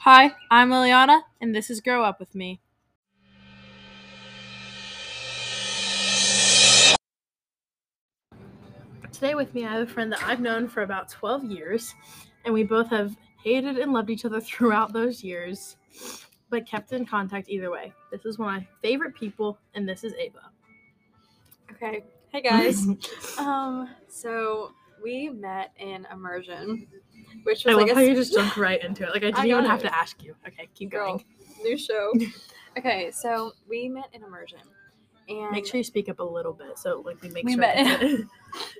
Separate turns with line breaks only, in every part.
Hi, I'm Liliana, and this is Grow Up With Me. Today, with me, I have a friend that I've known for about 12 years, and we both have hated and loved each other throughout those years, but kept in contact either way. This is one of my favorite people, and this is Ava.
Okay. Hey guys. um, so we met in immersion, which
I
was
love
like a
how you
s-
just jumped right into it. Like, I didn't
I
even
got
have
it.
to ask you. Okay, keep
girl
going.
new show. okay, so we met in immersion, and
Make sure you speak up a little bit so, like, we make
We
sure.
met-
that's it.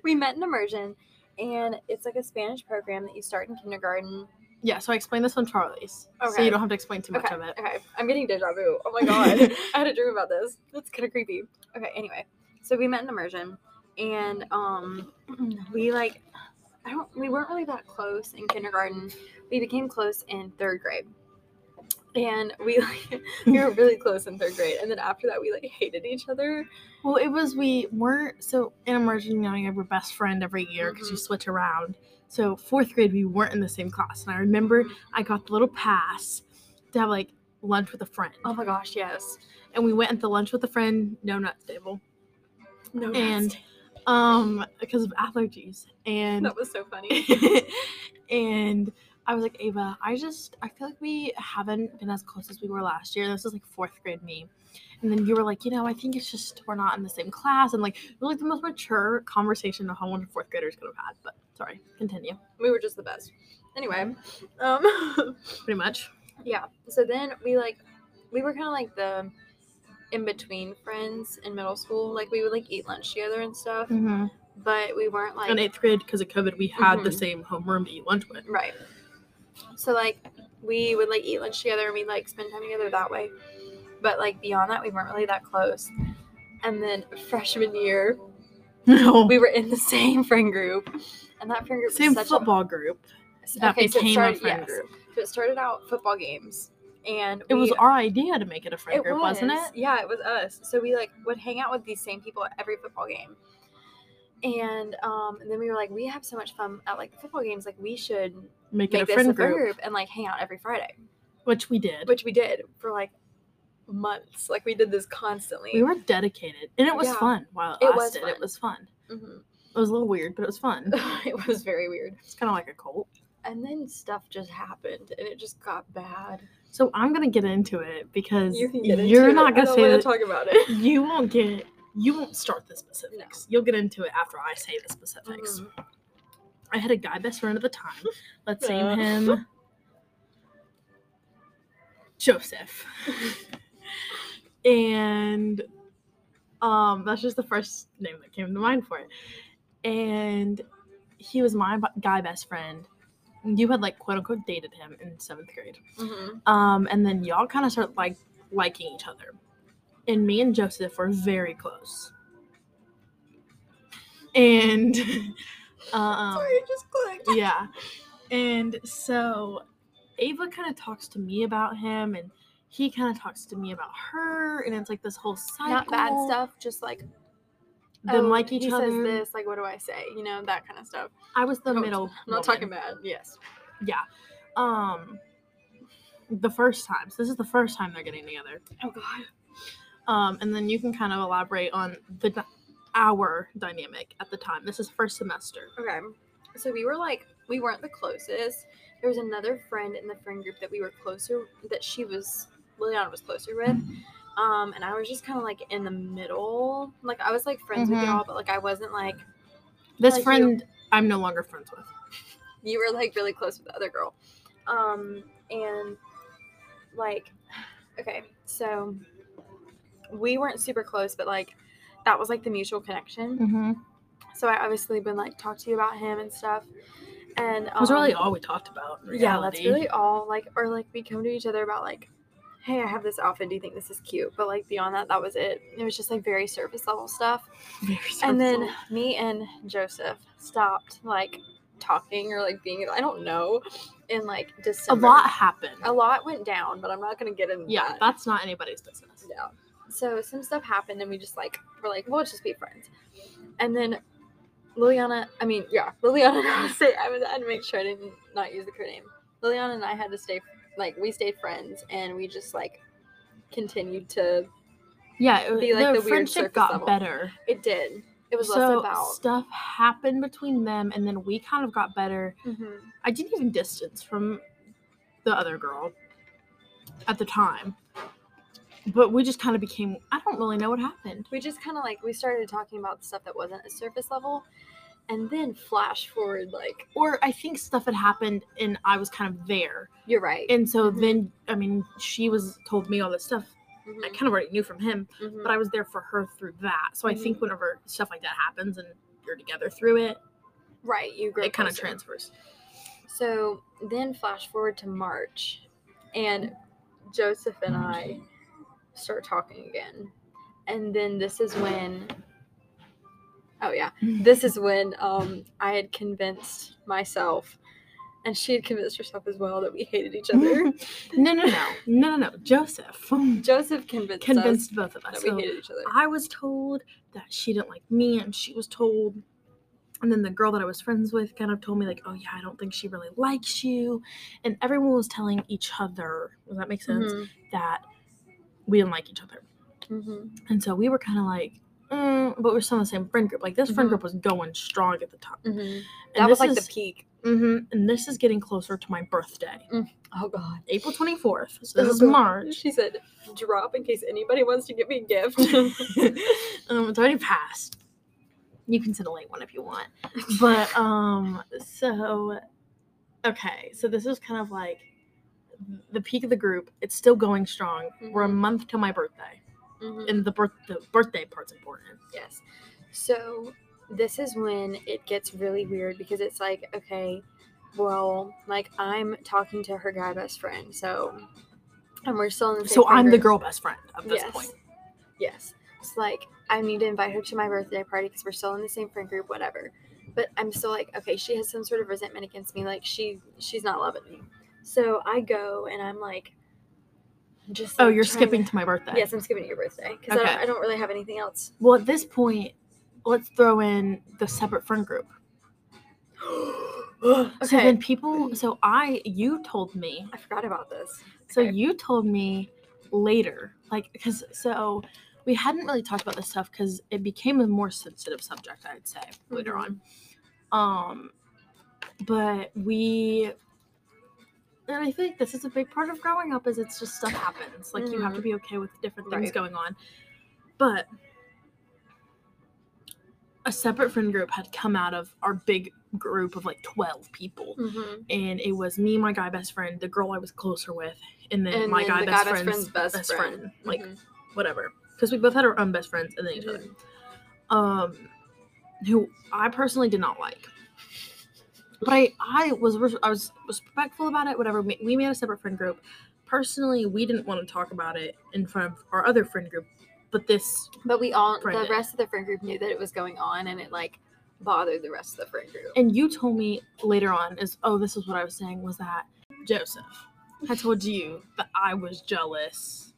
we met in immersion, and it's like a Spanish program that you start in kindergarten.
yeah, so I explained this on Charlie's, so
Okay.
you don't have to explain too much
Okay,
of it.
okay, I'm getting deja vu. Oh my god, I had a dream about this. That's kind of creepy. Okay, anyway, so we met in immersion, and um, we like. I don't, we weren't really that close in kindergarten. We became close in third grade. And we like, we were really close in third grade. And then after that, we like hated each other.
Well, it was we weren't so in immersion. You know, you have your best friend every year because
Mm-hmm.
you switch around. So fourth grade, we weren't in the same class, and I remember I got the little pass to have like lunch with a friend,
Oh my gosh, yes.
and we went at the lunch with a friend no nut table,
No,
and um because of allergies, and
that was so funny.
and I was like Ava, I just I feel like we haven't been as close as we were last year. This is like fourth grade me. And then you were like, you know, I think it's just we're not in the same class, and like it was like the most mature conversation a whole fourth graders could have had. But sorry, continue.
we were just the best. Anyway, um,
Pretty much.
yeah. So then we like, we were kind of like the in between friends in middle school. Like we would like eat lunch together and stuff,
Mm-hmm.
but we weren't like
In eighth grade, because of COVID, we had the
Mhm.
same homeroom to eat lunch with.
Right. So like we would like eat lunch together and we'd like spend time together that way. But like beyond that we weren't really that close. And then freshman year,
No,
we were in the same friend group. And that friend group
same
was such
football group.
a
that
okay, so it
became
started,
a friend
yes.
group.
So it started out football games. And
It was
we-
our idea to make it a friend
it
group,
was.
wasn't it?
Yeah, it was us. So we like would hang out with these same people at every football game. And um and then we were like, we have so much fun at like the football games, like we should
Make,
make
it a
this
friend,
a friend
group,
group and like hang out every Friday.
which we did.
which we did for like months. Like we did this constantly.
We were dedicated, and it was
Yeah.
fun while it,
It was
lasted.
fun.
It was fun.
Mhm.
It was a little weird, but it was fun.
it was very weird.
It's kind of like a cult.
And then stuff just happened, and it just got bad.
So I'm gonna get into it because
You
you
can get into
are
it.
not
I
gonna
don't
say
wanna
that.
talk about it.
you won't get. You won't start the specifics. You'll get into it after I say the specifics.
Mhm.
I had a guy best friend at the time. Let's
Uh.
name him Joseph. and um, that's just the first name that came to mind for it. And he was my bu- guy best friend. You had like quote unquote dated him in seventh grade.
Mhm.
Um, and then y'all kind of start like liking each other. And me and Joseph were very close. And um,
Sorry, it just clicked.
yeah. And so Ava kind of talks to me about him and he kind of talks to me about her and it's like this whole cycle.
Not bad stuff, just like
Them
oh,
like each
he
other.
Says this, like, what do I say? You know, that kind of stuff.
I was the
Oh,
middle.
I'm not talking bad. Yes.
Yeah. Um the first time. So this is the first time they're getting together.
Oh God.
Um and then you can kind of elaborate on the di- our dynamic at the time. This is first semester.
Okay. So we were like, we weren't the closest. There was another friend in the friend group that we were closer, that she was, Liliana was closer with. Um, and I was just kind of like in the middle. Like I was like friends with
Mhm.
y'all, but like I wasn't like,
This
Like you.
friend I'm no longer friends with.
you were like really close with the other girl. Um, and like, okay. So we weren't super close, but like that was like the mutual connection.
Mm-hmm.
So I obviously been like talked to you about him and stuff. And um,
That's really all we talked about. in
Yeah, that's
reality.
really all. Like, or like we come to each other about like, hey, I have this outfit. Do you think this is cute? But like beyond that, that was it. It was just like very surface level stuff.
Very
and then
surface
me and Joseph stopped like talking or like being. I don't know. In like
level.
December,
a lot happened.
a lot went down, but I'm not gonna get into
Yeah,
that.
that's not anybody's business.
Yeah. So some stuff happened, and we just like were like, we'll just be friends. And then Liliana, I mean, yeah, Liliana and I say I was I had to make sure I didn't not use the code name. Liliana and I had to stay like we stayed friends and we just like continued to
Yeah, it,
Be like
their
the weird
friendship
surface
got
level.
better.
it did. It was less
so
about
stuff happened between them, and then we kind of got better.
Mhm.
I didn't even distance from the other girl at the time, but we just kind of became. I don't really know what happened.
we just kind of like we started talking about stuff that wasn't a surface level and then flash forward like
Or I think stuff had happened, and I was kind of there,
you're right.
and so
Mhm.
then I mean, she was told me all this stuff. I
Mhm,
kind of already knew from him,
mhm.
but I was there for her through that. So I
Mm-hmm.
think whenever stuff like that happens and you're together through it,
right, you grew
it kind of
closer.
transfers.
So then flash forward to March, and Joseph and
Mm-hmm.
I start talking again. And then this is when, oh yeah, this is when um, I had convinced myself, and she had convinced herself as well that we hated each other.
no, no, no, no, no, no. Joseph
Joseph convinced,
convinced both of
us
us.
that
So
we hated each other.
I was told that she didn't like me, and she was told. And then the girl that I was friends with kind of told me, like, oh, yeah, I don't think she really likes you. And everyone was telling each other, does that make sense?
Mhm,
That we didn't like each other.
mhm.
And so we were kind of like, mm, but we're still in the same friend group. Like, this friend
Mhm.
group was going strong at the time.
Mhm.
And
That was
this
like
is-
the peak.
Mhm, And this is getting closer to my birthday,
Oh God.
April 24th. So this
Oh,
is
God.
March.
She said, "Drop in case anybody wants to give me a gift." Mm-hmm.
um, it's already passed. You can send a late one if you want. But um, so okay, so this is kind of like the peak of the group. It's still going strong. We're a
Mhm.
month to my birthday,
Mhm.
and the birth the birthday part's important.
Yes. So this is when it gets really weird because it's like, okay, well, like I'm talking to her guy best friend, so and we're still in the same
So
friend
I'm the
group.
girl best friend at this
Yes.
point.
Yes. It's like I need to invite her to my birthday party because we're still in the same friend group, whatever. But I'm still like, okay, she has some sort of resentment against me. Like she she's not loving me. So I go and I'm like, just
Oh,
like,
you're
trying
skipping
To-
to my birthday.
yes, I'm skipping to your birthday because I,
Okay.
don't, I don't really have anything else.
Well, at this point, let's throw in the separate friend group. So then people, so I, you told me
I forgot about this.
So
Okay.
you told me later, like, because so we hadn't really talked about this stuff because it became a more sensitive subject, I'd say, later
Mm-hmm.
on. Um, but we, and I feel like this is a big part of growing up is it's just stuff happens. Like you have to be okay with different things
Mm-hmm. Right.
going on. But a separate friend group had come out of our big group of like 12 people
Mhm.
and it was me, my guy best friend, the girl I was closer with, and then
And
my
then
guy
the
best
guy best
friend's
friend's best
friend,
friend.
like
Mhm.
whatever, because we both had our own best friends and then each other,
Mhm.
um, who I personally did not like, but I I was res- I was respectful about it. Whatever, we we made a separate friend group. Personally, we didn't want to talk about it in front of our other friend group, but this
But we all,
Friend
the rest of the friend group knew that it was going on, and it like bothered the rest of the friend group.
and you told me later on is oh this is what I was saying was that Joseph I told you that I was jealous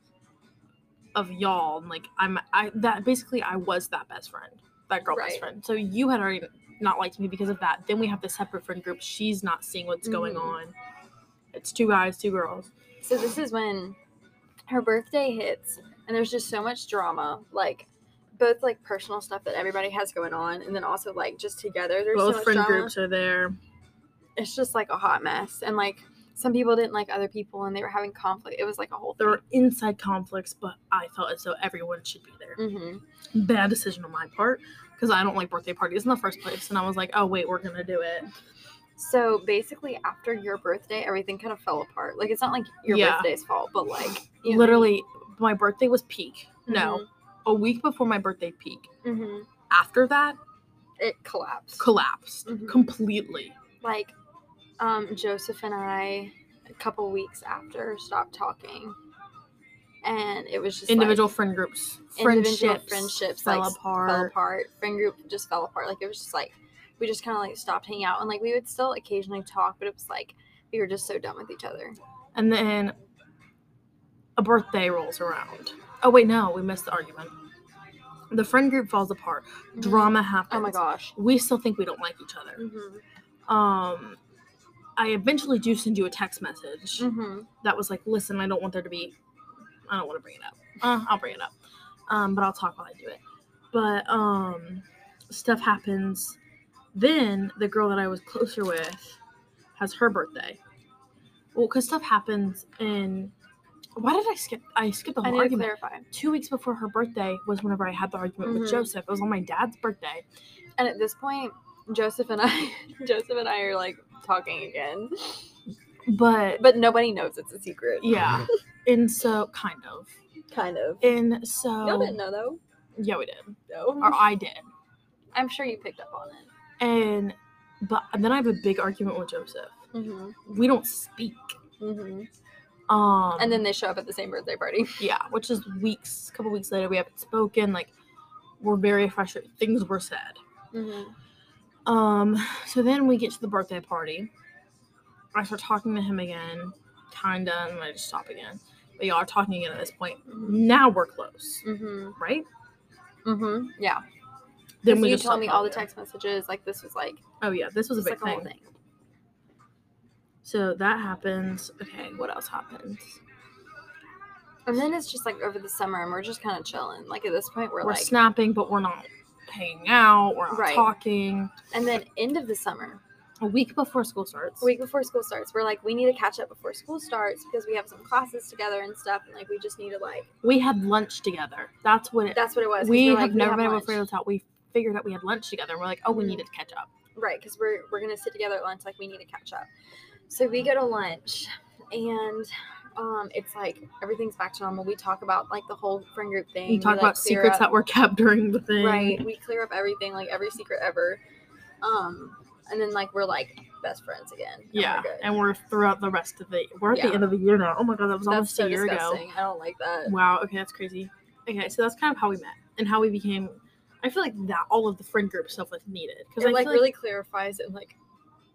of y'all and like I'm I that basically I was that best friend that girl best
Right.
friend so you had already not liked me because of that then we have the separate friend group she's not seeing what's going
Mhm.
on it's two guys two girls
So this is when her birthday hits, and there's just so much drama, like both like personal stuff that everybody has going on, and then also like just together. There's so
both
much
friend
drama.
groups are there
It's just like a hot mess, and like some people didn't like other people, and they were having conflict. It was like a whole
there
thing.
were inside conflicts but I felt as though everyone should be there
hmm
bad decision on my part because I don't like birthday parties in the first place. And I was like, oh, wait, we're going to do it.
So basically, after your birthday, everything kind of fell apart. Like it's not like your
Yeah.
birthday's fault, but like you know-
Literally, my birthday was peak. No,
Mm-hmm.
a week before my birthday peak.
hmm
After that,
It collapsed.
collapsed
Mhm.
completely.
like, um, Joseph and I, a couple weeks after, stopped talking, and it was just like,
individual friend groups, friendships,
individual friendships
fell
like
apart.
fell apart. Friend group just fell apart. Like it was just like we just kind of like stopped hanging out, and like we would still occasionally talk, but it was like we were just so done with each other.
And then a birthday rolls around. Oh, wait, no, we missed the argument. The friend group falls apart.
Mm-hmm.
Drama happens.
Oh my gosh. Mm-hmm.
We still think we don't like each other.
Mhm.
Um, I eventually do send you a text message
Mm-hmm.
that was like, listen, I don't want there to be, I don't want to bring it up. Uh, I'll bring it up, um, but I'll talk while I do it. But um, stuff happens. Then the girl that I was closer with has her birthday. Well, because stuff happens in. Why did I skip? I skipped the
I
whole
need to
argument
clarify.
two weeks before her birthday was whenever I had the argument
Mhm.
with Joseph. It was on my dad's birthday.
And at this point, Joseph and I, Joseph and I are like talking again,
But
but nobody knows it's a secret.
yeah. and so kind of.
kind of.
And so
Y'all didn't know though.
Yeah, we did.
No,
Or I did.
I'm sure you picked up on it.
And but and then I have a big argument with Joseph.
Mm-hmm.
We don't speak.
Mm-hmm.
Um
And then they show up at the same birthday party.
yeah, which is weeks, couple weeks later we haven't spoken, like we're very frustrated. Things were said.
Mm-hmm.
Um, so then we get to the birthday party. I start talking to him again, kinda, and then I just stop again. But y'all are talking again at this point. Now we're close,
Mm-hmm.
right?
Mm-hmm. Yeah.
Then
'Cause
we
you
just
told
stop
me all the
talking.
text messages. Like this was like
Oh yeah, this was a
it's
big
like a whole
thing.
thing.
So that happens. Okay, what else happens?
And then it's just like over the summer, and we're just kind of chilling. Like at this point, we're,
We're,
like,
snapping, but we're not hanging out. We're not
Right.
talking.
and then end of the summer,
A week before school starts.
a week before school starts, we're like, we need to catch up before school starts because we have some classes together and stuff, and like we just need to like.
we had lunch together. That's what it.
That's what it was. 'cause
we
we're
have
like,
never been able
lunch.
to figure this out. We figured out we had lunch together. and We're like, oh, we
Mhm.
needed to catch up.
Right, because we're we're gonna sit together at lunch. Like we need to catch up. So we go to lunch, and um, it's like everything's back to normal. We talk about like the whole friend group thing.
We talk
like,
about
clear
secrets
up-
that were kept during the thing.
right. We clear up everything, like every secret ever. Um, and then like we're like best friends again. Oh and we're
Yeah,
good.
and we're throughout the rest of the. We're at
Yeah.
the end of the year now. Oh my god, that was
that's
almost
so
a year
disgusting. I don't like that.
ago. Wow. Okay, that's crazy. Okay, so that's kind of how we met and how we became. I feel like that all of the friend group stuff was needed because I
It like
feel
really clarifies and like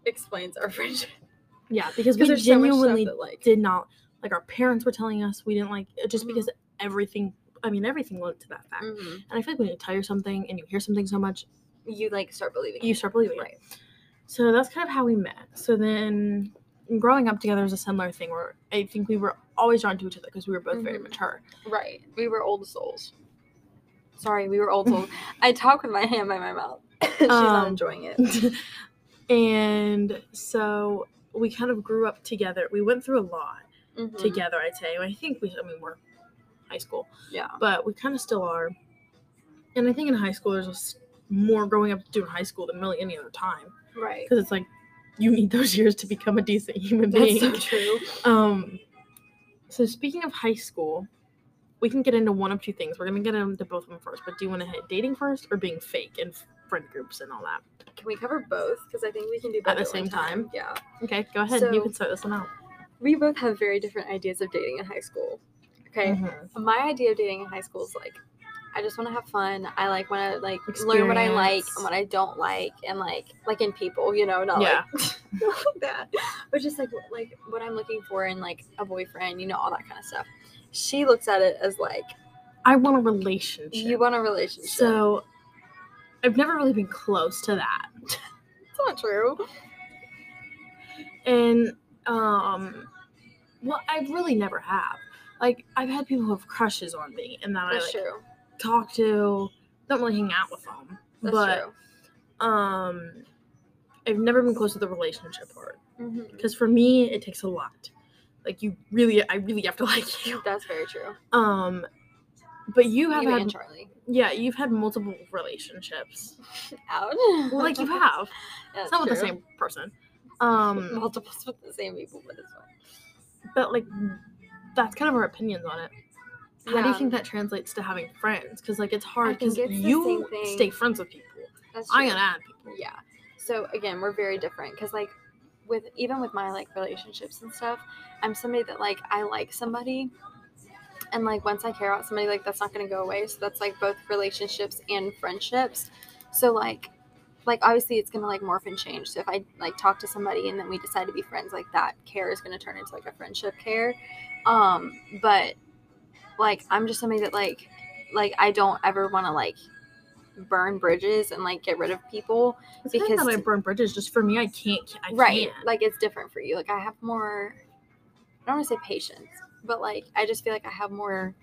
explains our friendship
yeah because
because
we
there's so much stuff
genuinely
that like
did not like our parents were telling us we didn't like it just
Mhm.
because everything. I mean, everything led to that fact.
mhm.
And I feel like when you tell you something and you hear something so much,
you like start believing.
you
it.
start believing it.
right.
So that's kind of how we met. So then growing up together is a similar thing where I think we were always drawn to each other because we were both very
Mhm.
mature.
Right. We were old souls. Sorry, we were old souls. I talk with my hand by my mouth. She's not
Um,
enjoying it.
and so we kind of grew up together. We went through a lot
Mhm.
together, I'd say. I think we, I mean, we're high school,
Yeah.
but we kind of still are. And I think in high school, there's just more growing up to do in high school than really any other time
Right.
because it's like you need those years to become a decent human being.
That's so true.
Um, so speaking of high school, we can get into one of two things. We're gonna get into both of them first, but do you want to hit dating first or being fake and friend groups and all that?
Can we cover both? Because I think we can do both
At the
one
same time?
Yeah.
Okay, go ahead. you
So-
can start this one out.
We both have very different ideas of dating in high school. Okay.
Mm-hmm.
My idea of dating in high school is like, I just want to have fun. I like want to like learn what I like
Experience.
and what I don't like, and like like in people, you know, not
Yeah.
like, not like that, but just like wh- like what I'm looking for in like a boyfriend, you know, all that kind of stuff. She looks at it as like
I want a relationship.
you want a relationship.
so I've never really been close to that,
it's not true.
and um, well, I really never have. Like I've had people who have crushes on me, and that I
That's
like
true.
talk to. Don't really hang out with them,
That's
but
true.
um i've never been close to the relationship part
Mhm.
because for me it takes a lot like you really i really have to like you
That's very true.
um but you
You
have
and
had
Charlie
yeah you've had multiple relationships
out.
well, like you have
That's
it's not with the
true.
same person um
multiples with the same people, but it's fine.
but like that's kind of our opinions on it how do you
Yeah,
think that translates to having friends because like it's hard
Um, think
because
it's the
you
same thing.
stay friends with people
that's
i
true.
gotta add people
yeah so again we're very different because like with even with my like relationships and stuff i'm somebody that like i like somebody and like once i care about somebody like that's not going to go away so that's like both relationships and friendships so like like obviously it's going to like morph and change so if i like talk to somebody and then we decide to be friends like that care is going to turn into like a friendship care um but like i'm just somebody that like like i don't ever want to like burn bridges and like get rid of people.
It's because
because-
not that I burn bridges. Just for me, I can't. I
right.
can't.
Like it's different for you. Like I have more I don't want to say patience, but like I just feel like I have more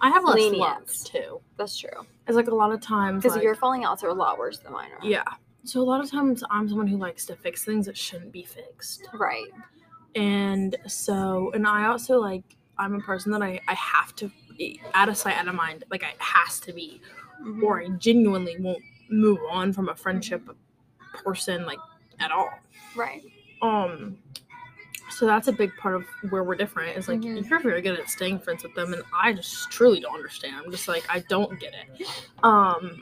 I have less
Lenience.
love too.
that's true.
It's like a lot of times
Because
like-
your falling outs are a lot worse than mine are.
yeah. So a lot of times I'm someone who likes to fix things that shouldn't be fixed,
Right.
and so and I also like I'm a person that I I have to be out of sight out of mind. Like it has to be,
mm-hmm,
or I genuinely won't move on from a friendship person like at all.
Right.
um so that's a big part of where we're different is like
Mhm.
you're very good at staying friends with them and i just truly don't understand i'm just like i don't get it um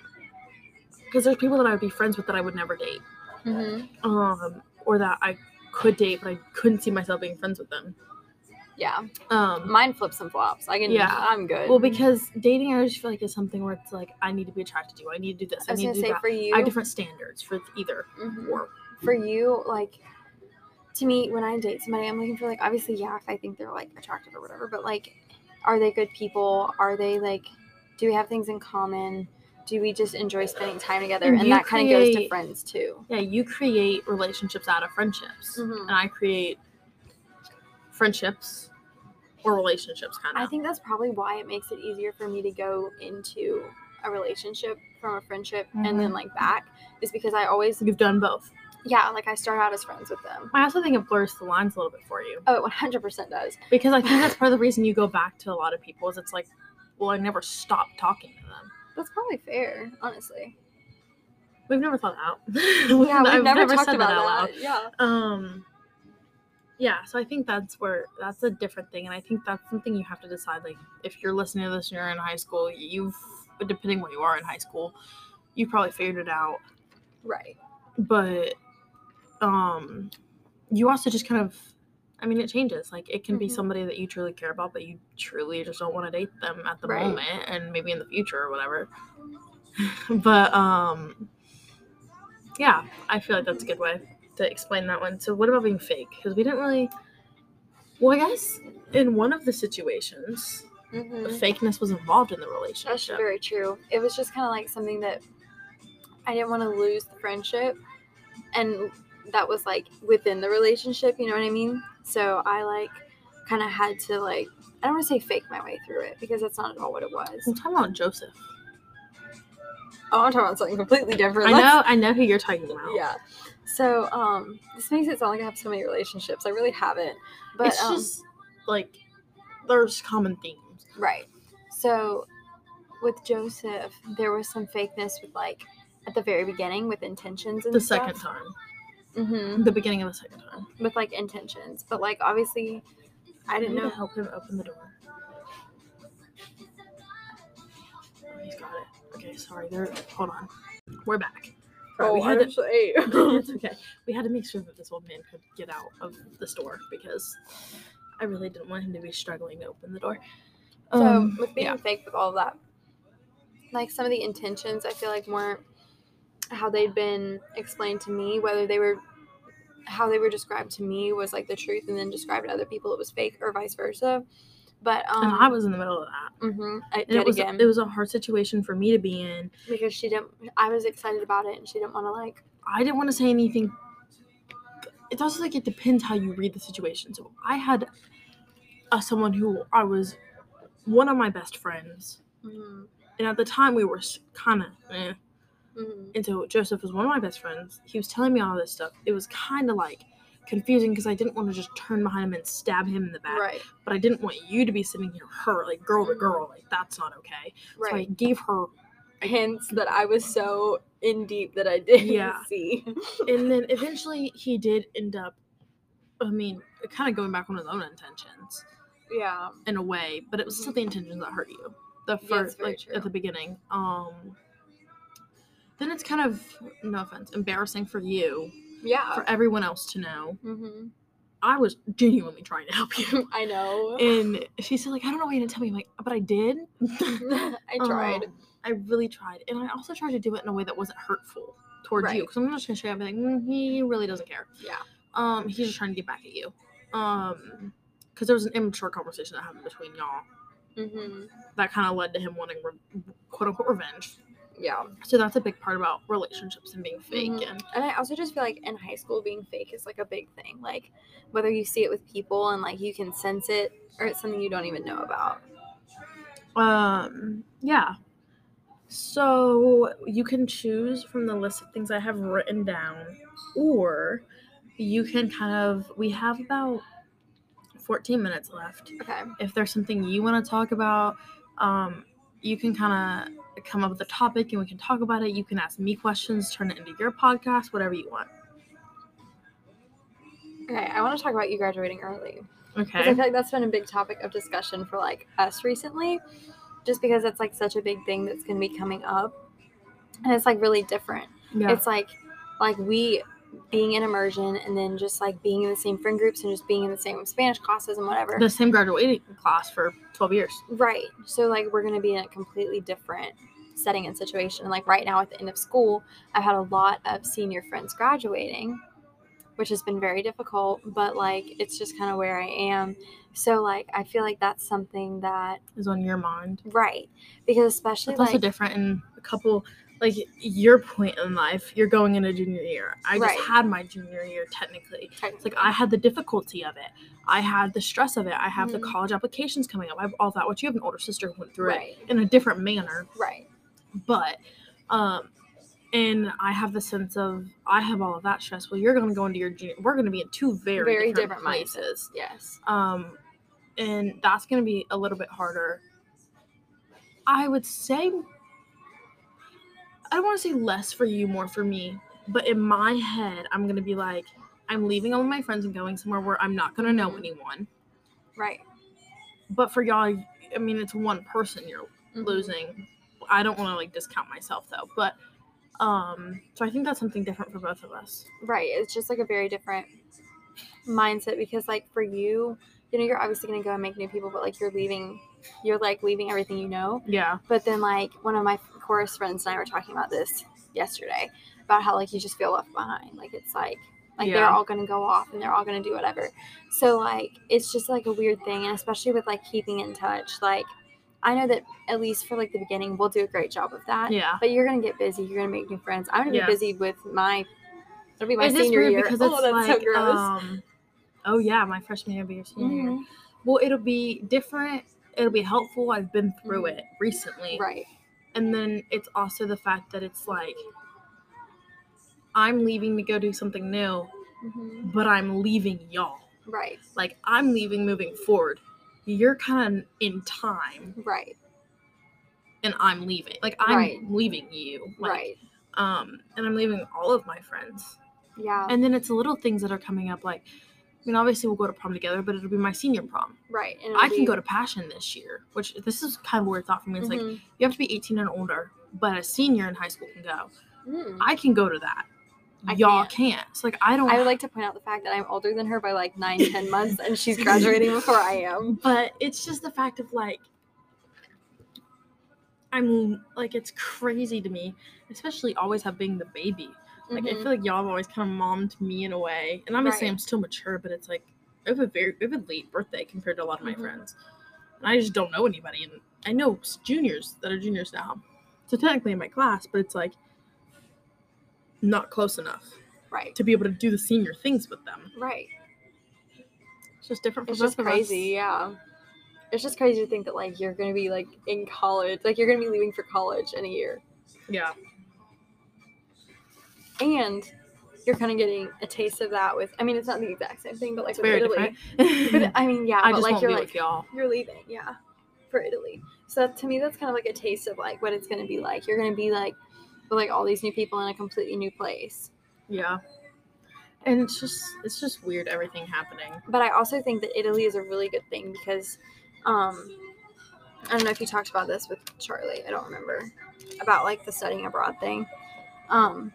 because there's people that i would be friends with that i would never date
hmm
um or that i could date but i couldn't see myself being friends with them
Yeah.
um
Mine flips and flops. I can.
Yeah.
I'm good.
well because dating i just feel like is something where it's like i need to be attracted to you i need to do this
I
i,
was
need
gonna
to do
say
that
for you,
i have different standards for either
Mhm.
or
for you, like to me, when I date somebody, I'm looking for like obviously, yeah, if I think they're like attractive or whatever, but like, are they good people? Are they like, do we have things in common? Do we just enjoy spending time together?
And
And,
you
that kind of goes to
create-
friends too.
yeah you create relationships out of friendships
Mhm.
and I create friendships or relationships, kind of.
I think that's probably why it makes it easier for me to go into a relationship from a friendship and
Mm-hmm.
then like back is because I always,
you've done both.
yeah, like I start out as friends with them.
I also think it blurs the lines a little bit for you
Oh, it 100% does.
because I think that's part of the reason you go back to a lot of people is it's like, well, I never stopped talking to them.
That's probably fair, honestly.
We've never thought out.
Yeah, we've
I've
never, talked about that. Yeah.
Um, yeah, so I think that's where that's a different thing, and I think that's something you have to decide. Like, if you're listening to this and you're in high school, you've depending where you are in high school, you probably figured it out.
Right.
but um you also just kind of i mean it changes like it can be
Mhm.
somebody that you truly care about but you truly just don't want to date them at the
Right.
moment and maybe in the future or whatever but um yeah i feel like that's a good way to explain that one so what about being fake because we didn't really well i guess in one of the situations Mm-hmm.
hmm
fakeness was involved in the
That's
relationship
very true. It was just kind of like something that I didn't want to lose the friendship, and that was like within the relationship. You know what I mean? So I like kind of had to like I don't want to say fake my way through it because that's not at all what it
i'm
was.
talking about joseph
Oh, I'm talking about something completely different.
i
Let's-
know i know who you're talking about
Yeah. So um, this makes it sound like I have so many relationships. I really haven't. But
it's
um,
just like there's common themes.
Right. So with Joseph, there was some fakeness with like at the very beginning with intentions and
The
stuff.
second time,
Mm-hmm.
the beginning of the second time,
With like intentions, but like obviously, I
I
didn't
need to
know.
help him open the door. Oh, He's got it. Okay, sorry. There. Hold on. We're back. All right,
Oh,
we had to,
eight.
it's okay. We had to make sure that this old man could get out of the store because I really didn't want him to be struggling to open the door.
so
Um,
with being
yeah.
fake with all of that, like some of the intentions, I feel like weren't how they'd been explained to me. Whether they were how they were described to me was like the truth, and then described to other people it was fake, or vice versa. But um,
and I was in the middle of that.
hmm I
And
did
it was
again.
it was a hard situation for me to be in.
because she didn't i was excited about it and she didn't want to like
I didn't want to say anything. It's also like it depends how you read the situation. So I had a, someone who I was one of my best friends,
mm-hmm,
and at the time we were kind of. Eh.
mm-hmm.
And so Joseph was one of my best friends. He was telling me all this stuff. It was kind of like confusing because I didn't want to just turn behind him and stab him in the back.
right
But I didn't want you to be sitting here hurt, like girl to
Mhm.
girl, like that's not okay. So I
right
gave her
hence that i was so in deep that i didn't
Yeah.
see
and then eventually he did end up i mean kind of going back on his own intentions
yeah
in a way but it was still the intentions that hurt you the
Mm. it's
first
very
like
true.
at the beginning um then it's kind of no offense embarrassing for you uh,
yeah
for everyone else to know
hmm
i was genuinely trying to help you
i know
and she said like i don't know why you didn't tell me I'm like but i did
i tried
Um, I really tried, and I also tried to do it in a way that wasn't hurtful towards you.
Right.
Because I'm not just gonna show you. I'm like, "Mm, he really doesn't care.
Yeah.
Um, he's just trying to get back at you. Um, because there was an immature conversation that happened between y'all
hmm
that kind of led to him wanting re- quote unquote revenge.
Yeah.
So that's a big part about relationships and being fake.
Mhm.
And
And I also just feel like in high school, being fake is like a big thing. Like, whether you see it with people and like you can sense it, or it's something you don't even know about.
um, yeah. So you can choose from the list of things I have written down, or you can kind of. We have about fourteen minutes left.
Okay.
if there's something you want to talk about, um, you can kind of come up with a topic and we can talk about it. You can ask me questions, turn it into your podcast, whatever you want.
Okay. I want to talk about you graduating early. 'Cause I
Okay.
feel like that's been a big topic of discussion for like us recently, just because it's like such a big thing that's going to be coming up. And it's like really different.
Yeah.
It's like, like we being in immersion and then just like being in the same friend groups and just being in the same Spanish classes and whatever.
the same graduating class for 12 years.
Right. So like we're gonna be in a completely different setting and situation. Like right now at the end of school, I've had a lot of senior friends graduating, which has been very difficult, but like it's just kind of where I am. So like I feel like that's something that
Is on your mind.
right. Because especially
It's also
like
different in a couple, like your point in life. You're going into junior year. I just
Right.
had my junior year technically. It's
technically-
like I had the difficulty of it. I had the stress of it. I have
Mhm.
the college applications coming up. I have all that. Which you have an older sister who went through
right,
it in a different manner.
right,
but um and i have the sense of i have all of that stress well you're going to go into your junior we're going to be in two very,
Very
different,
different mindsets.
places
yes.
um and that's going to be a little bit harder i would say i don't want to say less for you more for me but in my head i'm going to be like i'm leaving all of my friends and going somewhere where i'm not going to know
Mhm.
anyone
Right.
but for y'all i mean it's one person you're
Mhm.
losing. I don't want to like discount myself though, but um, so I think that's something different for both of us.
Right. It's just like a very different mindset because like for you, you know, you're obviously gonna go and make new people, but like you're leaving you're like leaving everything you know
Yeah,
But then, like, one of my chorus friends and I were talking about this yesterday about how, like, you just feel left behind. Like, it's like, like they're
Yeah.
all going to go off and they're all going to do whatever. So, like, it's just like a weird thing. And especially with like keeping in touch, like, I know that at least for like the beginning, we'll do a great job of that.
yeah.
But you're going to get busy. You're going to make new friends. I'm going to
Yeah.
be busy with my, it'll be my
It's just
senior
weird
year.
because it's
oh, that's
like,
so gross.
um, oh yeah, my freshman year, but your senior year.
Mhm.
Well, it'll be different. It'll be helpful. I've been through
Mhm.
it recently,
Right.
and then it's also the fact that it's like I'm leaving to go do something new,
hmm
but I'm leaving y'all.
Right.
Like I'm leaving, moving forward. You're kind of in time,
Right.
and I'm leaving. Like I'm
Right.
leaving you. Like,
right.
um, and I'm leaving all of my friends.
Yeah.
And then it's little things that are coming up. Like, I mean, obviously we'll go to prom together, but it'll be my senior prom.
right. And
I can go to Passion this year, which this is kind of a weird thought for me. It's like
Mm-hmm.
you have to be 18 and older, but a senior in high school can go.
Mm.
I can go to that.
I
Y'all can't. So like I don't.
I would like to point out the fact that I'm older than her by like nine, ten months, and she's graduating before I am.
but it's just the fact of like I'm like it's crazy to me, especially always have being the baby. Like I
Mhm.
feel like y'all have always kind of mommed me in a way, and obviously
Right.
I'm still mature, but it's like I have a very I have a late birthday compared to a lot of my
Mhm.
friends, and I just don't know anybody. And I know s- juniors that are juniors now, so technically in my class, but it's like not close enough
right,
to be able to do the senior things with them.
right.
It's just different. For
It's
both
just
of
crazy, yeah. It's just crazy to think that like you're gonna be like in college, like you're gonna be leaving for college in a year,
Us. Yeah.
and you're kind of getting a taste of that with. I mean, it's not the exact same thing, but
It's
like with
very
Italy.
different.
But I mean, yeah,
I
but
just
like
won't
you're
be
like
with y'all.
you're leaving, yeah, for Italy. So that, to me, that's kind of like a taste of like what it's gonna be like. You're gonna be like with like all these new people in a completely new place.
Yeah. And it's just it's just weird everything happening.
but I also think that Italy is a really good thing because um, I don't know if you talked about this with Charlie. I don't remember about like the studying abroad thing. Um,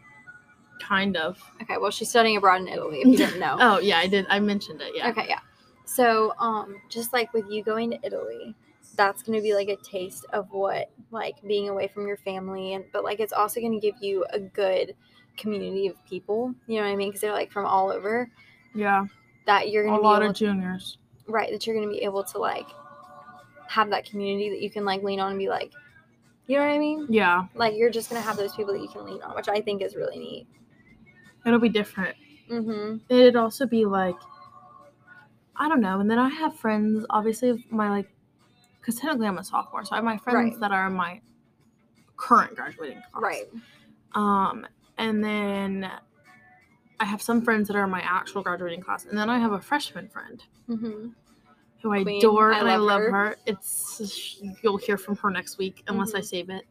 Kind of.
okay, well she's studying abroad in Italy. If you didn't know,
Oh yeah, I did I mentioned it, yeah.
okay, yeah. So um, just like with you going to Italy, that's going to be like a taste of what like being away from your family, and but like it's also going to give you a good community of people. You know what I mean? Because they're like from all over
Yeah.
that you're
A
going to be
lot
able
of juniors.
right that you're going to be able to like have that community that you can like lean on and be like You know what I mean?
Yeah,
Like you're just gonna have those people that you can lean on, which I think is really neat.
it'll be different.
Mm-hmm.
It'd also be like, I don't know. And then I have friends, obviously, of my like, because technically I'm a sophomore, so I have my friends
Right.
that are in my current graduating class.
Right.
Um, and then I have some friends that are in my actual graduating class, and then I have a freshman friend
Mm-hmm.
who I
Queen.
adore
I
and I love
love her.
her. It's sh- you'll hear from her next week unless I
Mhm.
save it.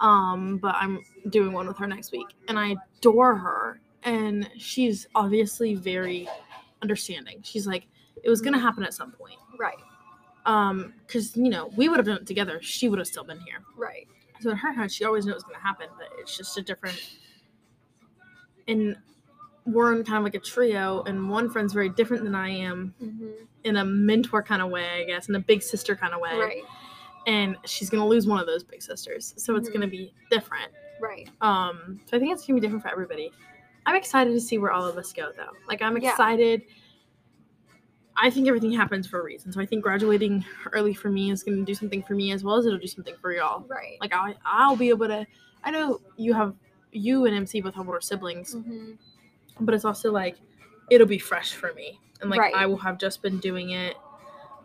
Um, but I'm doing one with her next week, and I adore her. And she's obviously very understanding. She's like, it was
Mm-hmm.
gonna happen at some point.
Right.
Um, because you know we would have done it together. She would have still been here.
Right.
So in her head, she always knew it was gonna happen, but it's just a different. And we're in kind of like a trio, and one friend's very different than I am
Mm-hmm.
in a mentor kind of way, I guess, in a big sister kind of way.
Right.
And she's gonna lose one of those big sisters, so it's
Mhm.
gonna be different.
Right.
Um, so I think it's gonna be different for everybody. I'm excited to see where all of us go, though. Like I'm
Yeah.
excited. I think everything happens for a reason. So I think graduating early for me is gonna do something for me as well as it'll do something for y'all.
Right.
Like I, I'll be able to. I know you have you and MC both have older siblings,
Mm-hmm.
but it's also like it'll be fresh for me, and like
Right.
I will have just been doing it.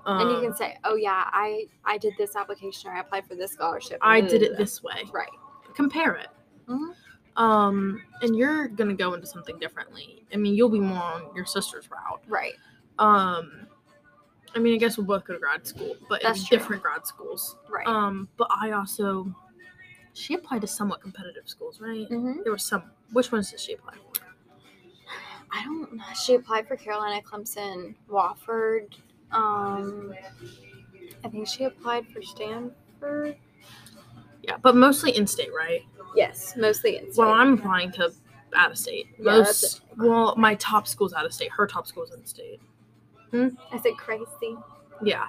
Um,
and you can say, "Oh yeah, I I did this application or I applied for this scholarship.
I did
blah,
it
blah,
this way.
blah." Right.
Compare it.
Mhm.
Um, and you're gonna go into something differently. I mean, you'll be more on your sister's route.
Right.
Um, I mean, I guess we'll both go to grad school, but
That's
in
true.
different grad schools.
Right.
Um, but I also, she applied to somewhat competitive schools, right?
mm-hmm.
There were some. Which ones did she apply for?
I don't. know. She applied for Carolina, Clemson, Wofford. Um, I think she applied for Stanford.
Yeah, but mostly in state, right?
Yes, mostly in.
Well, I'm applying to out of state.
Yeah, that's
Most, well, my top school's out of state. Her top school's in state.
I said crazy.
Yeah.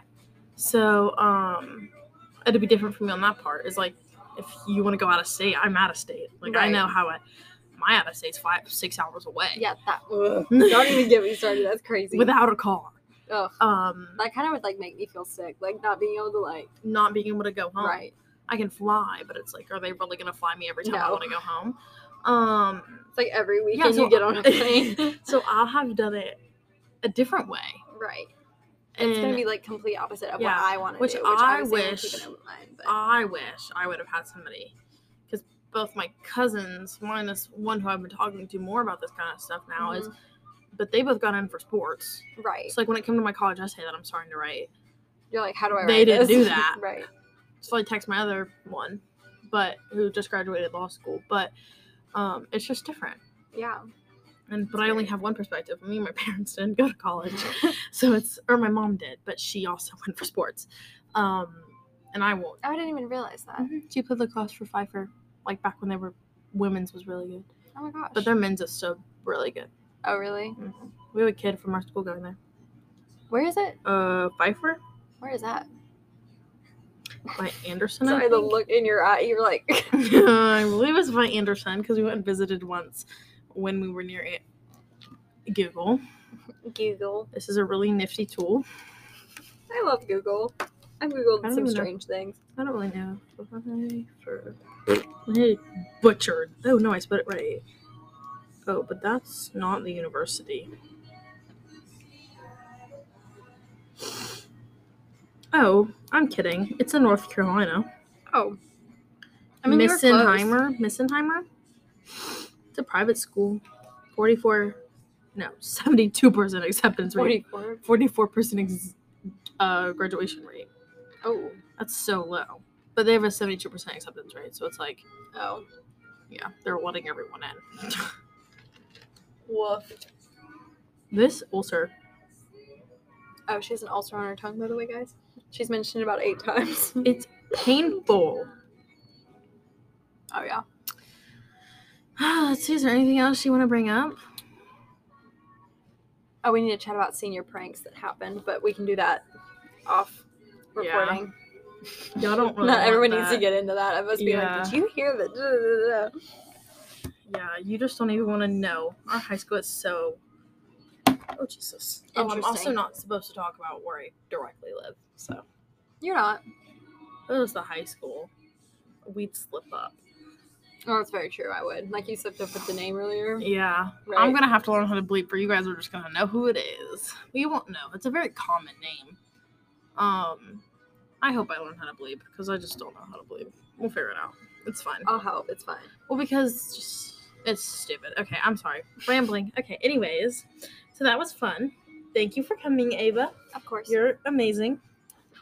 So, um, it'd be different for me on that part. Is like, if you want to go out of state, I'm out of state. Like, I
Right.
know how it, my out of state's five, six hours away.
Yeah, that. Ugh. don't even get me started. That's crazy.
Without a car.
Ugh.
Um,
that kind of would like make me feel sick, like not being able to like.
not being able to go home.
Right.
I can fly, but it's like, are they really gonna fly me every time I
No.
want to go home? Um,
It's like every weekend
so-
you get on a plane.
so I'll have done it a different way.
right.
And
it's gonna be like complete opposite of
Yeah,
what I want to
which
do,
I
obviously I'm keeping
wish-
in mind, but-
I wish I would have had somebody because both my cousins, minus one who I've been talking to more about this kind of stuff now, is but they both got in for sports.
right.
So like when it came to my college essay that I'm starting to write,
You're like, how do I?
they
write
didn't
this?
do that.
right.
so I text my other one, but who just graduated law school, but um, it's just different.
Yeah.
And but
It's
I only
very-
have one perspective. Me and my parents didn't go to college, so it's or my mom did, but she also went for sports. Um, and I won't.
Oh, I didn't even realize that.
She played lacrosse for Pfeiffer, like back when they were women's was really good.
Oh my gosh.
Mm-hmm. But their men's is still really good.
oh really?
We have a kid from our school going there.
Where is it?
Uh, Pfeiffer
Where is that?
by Anderson. I,
Sorry, the
think.
look in your eye. You're like,
I believe it's by Anderson because we went and visited once when we were near it. Google.
Google.
This is a really nifty tool.
I love Google. I
I
googled
don't
some
even know.
strange things.
I don't really know. For I butchered. Oh no, I spelled it right. Oh, but that's not the university. Oh, I'm kidding. It's in North Carolina.
Oh. I
I
mean,
mean,
they were close.
Missenheimer. Missenheimer. It's a private school. Forty-four, no, seventy-two percent acceptance rate.
44.
Forty-four percent ex- uh, graduation rate.
Oh.
That's so low. But they have a seventy-two percent acceptance rate, so it's like,
Oh.
yeah, they're letting everyone in.
Woof.
this ulcer.
Oh, she has an ulcer on her tongue, by the way, guys. She's mentioned it about eight times.
It's painful.
oh yeah.
Let's see, is there anything else you want to bring up?
Oh, we need to chat about senior pranks that happened, but we can do that off
Yeah.
recording.
Y'all don't really
Not
want
everyone needs to
that.
get into that. I must be
Yeah.
like, did you hear that?
Yeah, you just don't even want to know. Our high school is so. Oh Jesus! Oh, I'm also
Interesting.
not supposed to talk about where I directly live. So
You're not.
that was the high school. we'd slip up.
Oh, that's very true. I would. Like you slipped up with the name earlier.
Yeah.
Right.
I'm gonna have to learn how to bleep, or you guys are just gonna know who it is. We won't know. It's a very common name. Um, I hope I learn how to bleep because I just don't know how to bleep. We'll figure it out. It's fine.
I'll help. It's fine.
Well, because just it's stupid. Okay, I'm sorry. Rambling. Okay. Anyways, so that was fun. Thank you for coming, Ava.
Of course.
You're amazing.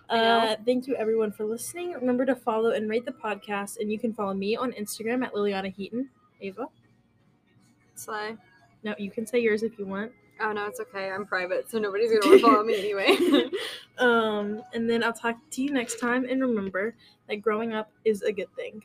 I know.
Uh, thank you everyone for listening. Remember to follow and rate the podcast, and you can follow me on Instagram at Liliana Heaton. Ava,
Slay.
no, you can say yours if you want.
Oh no, it's okay. I'm private, so nobody's gonna wanna follow me anyway.
Um, and then I'll talk to you next time. And remember that growing up is a good thing.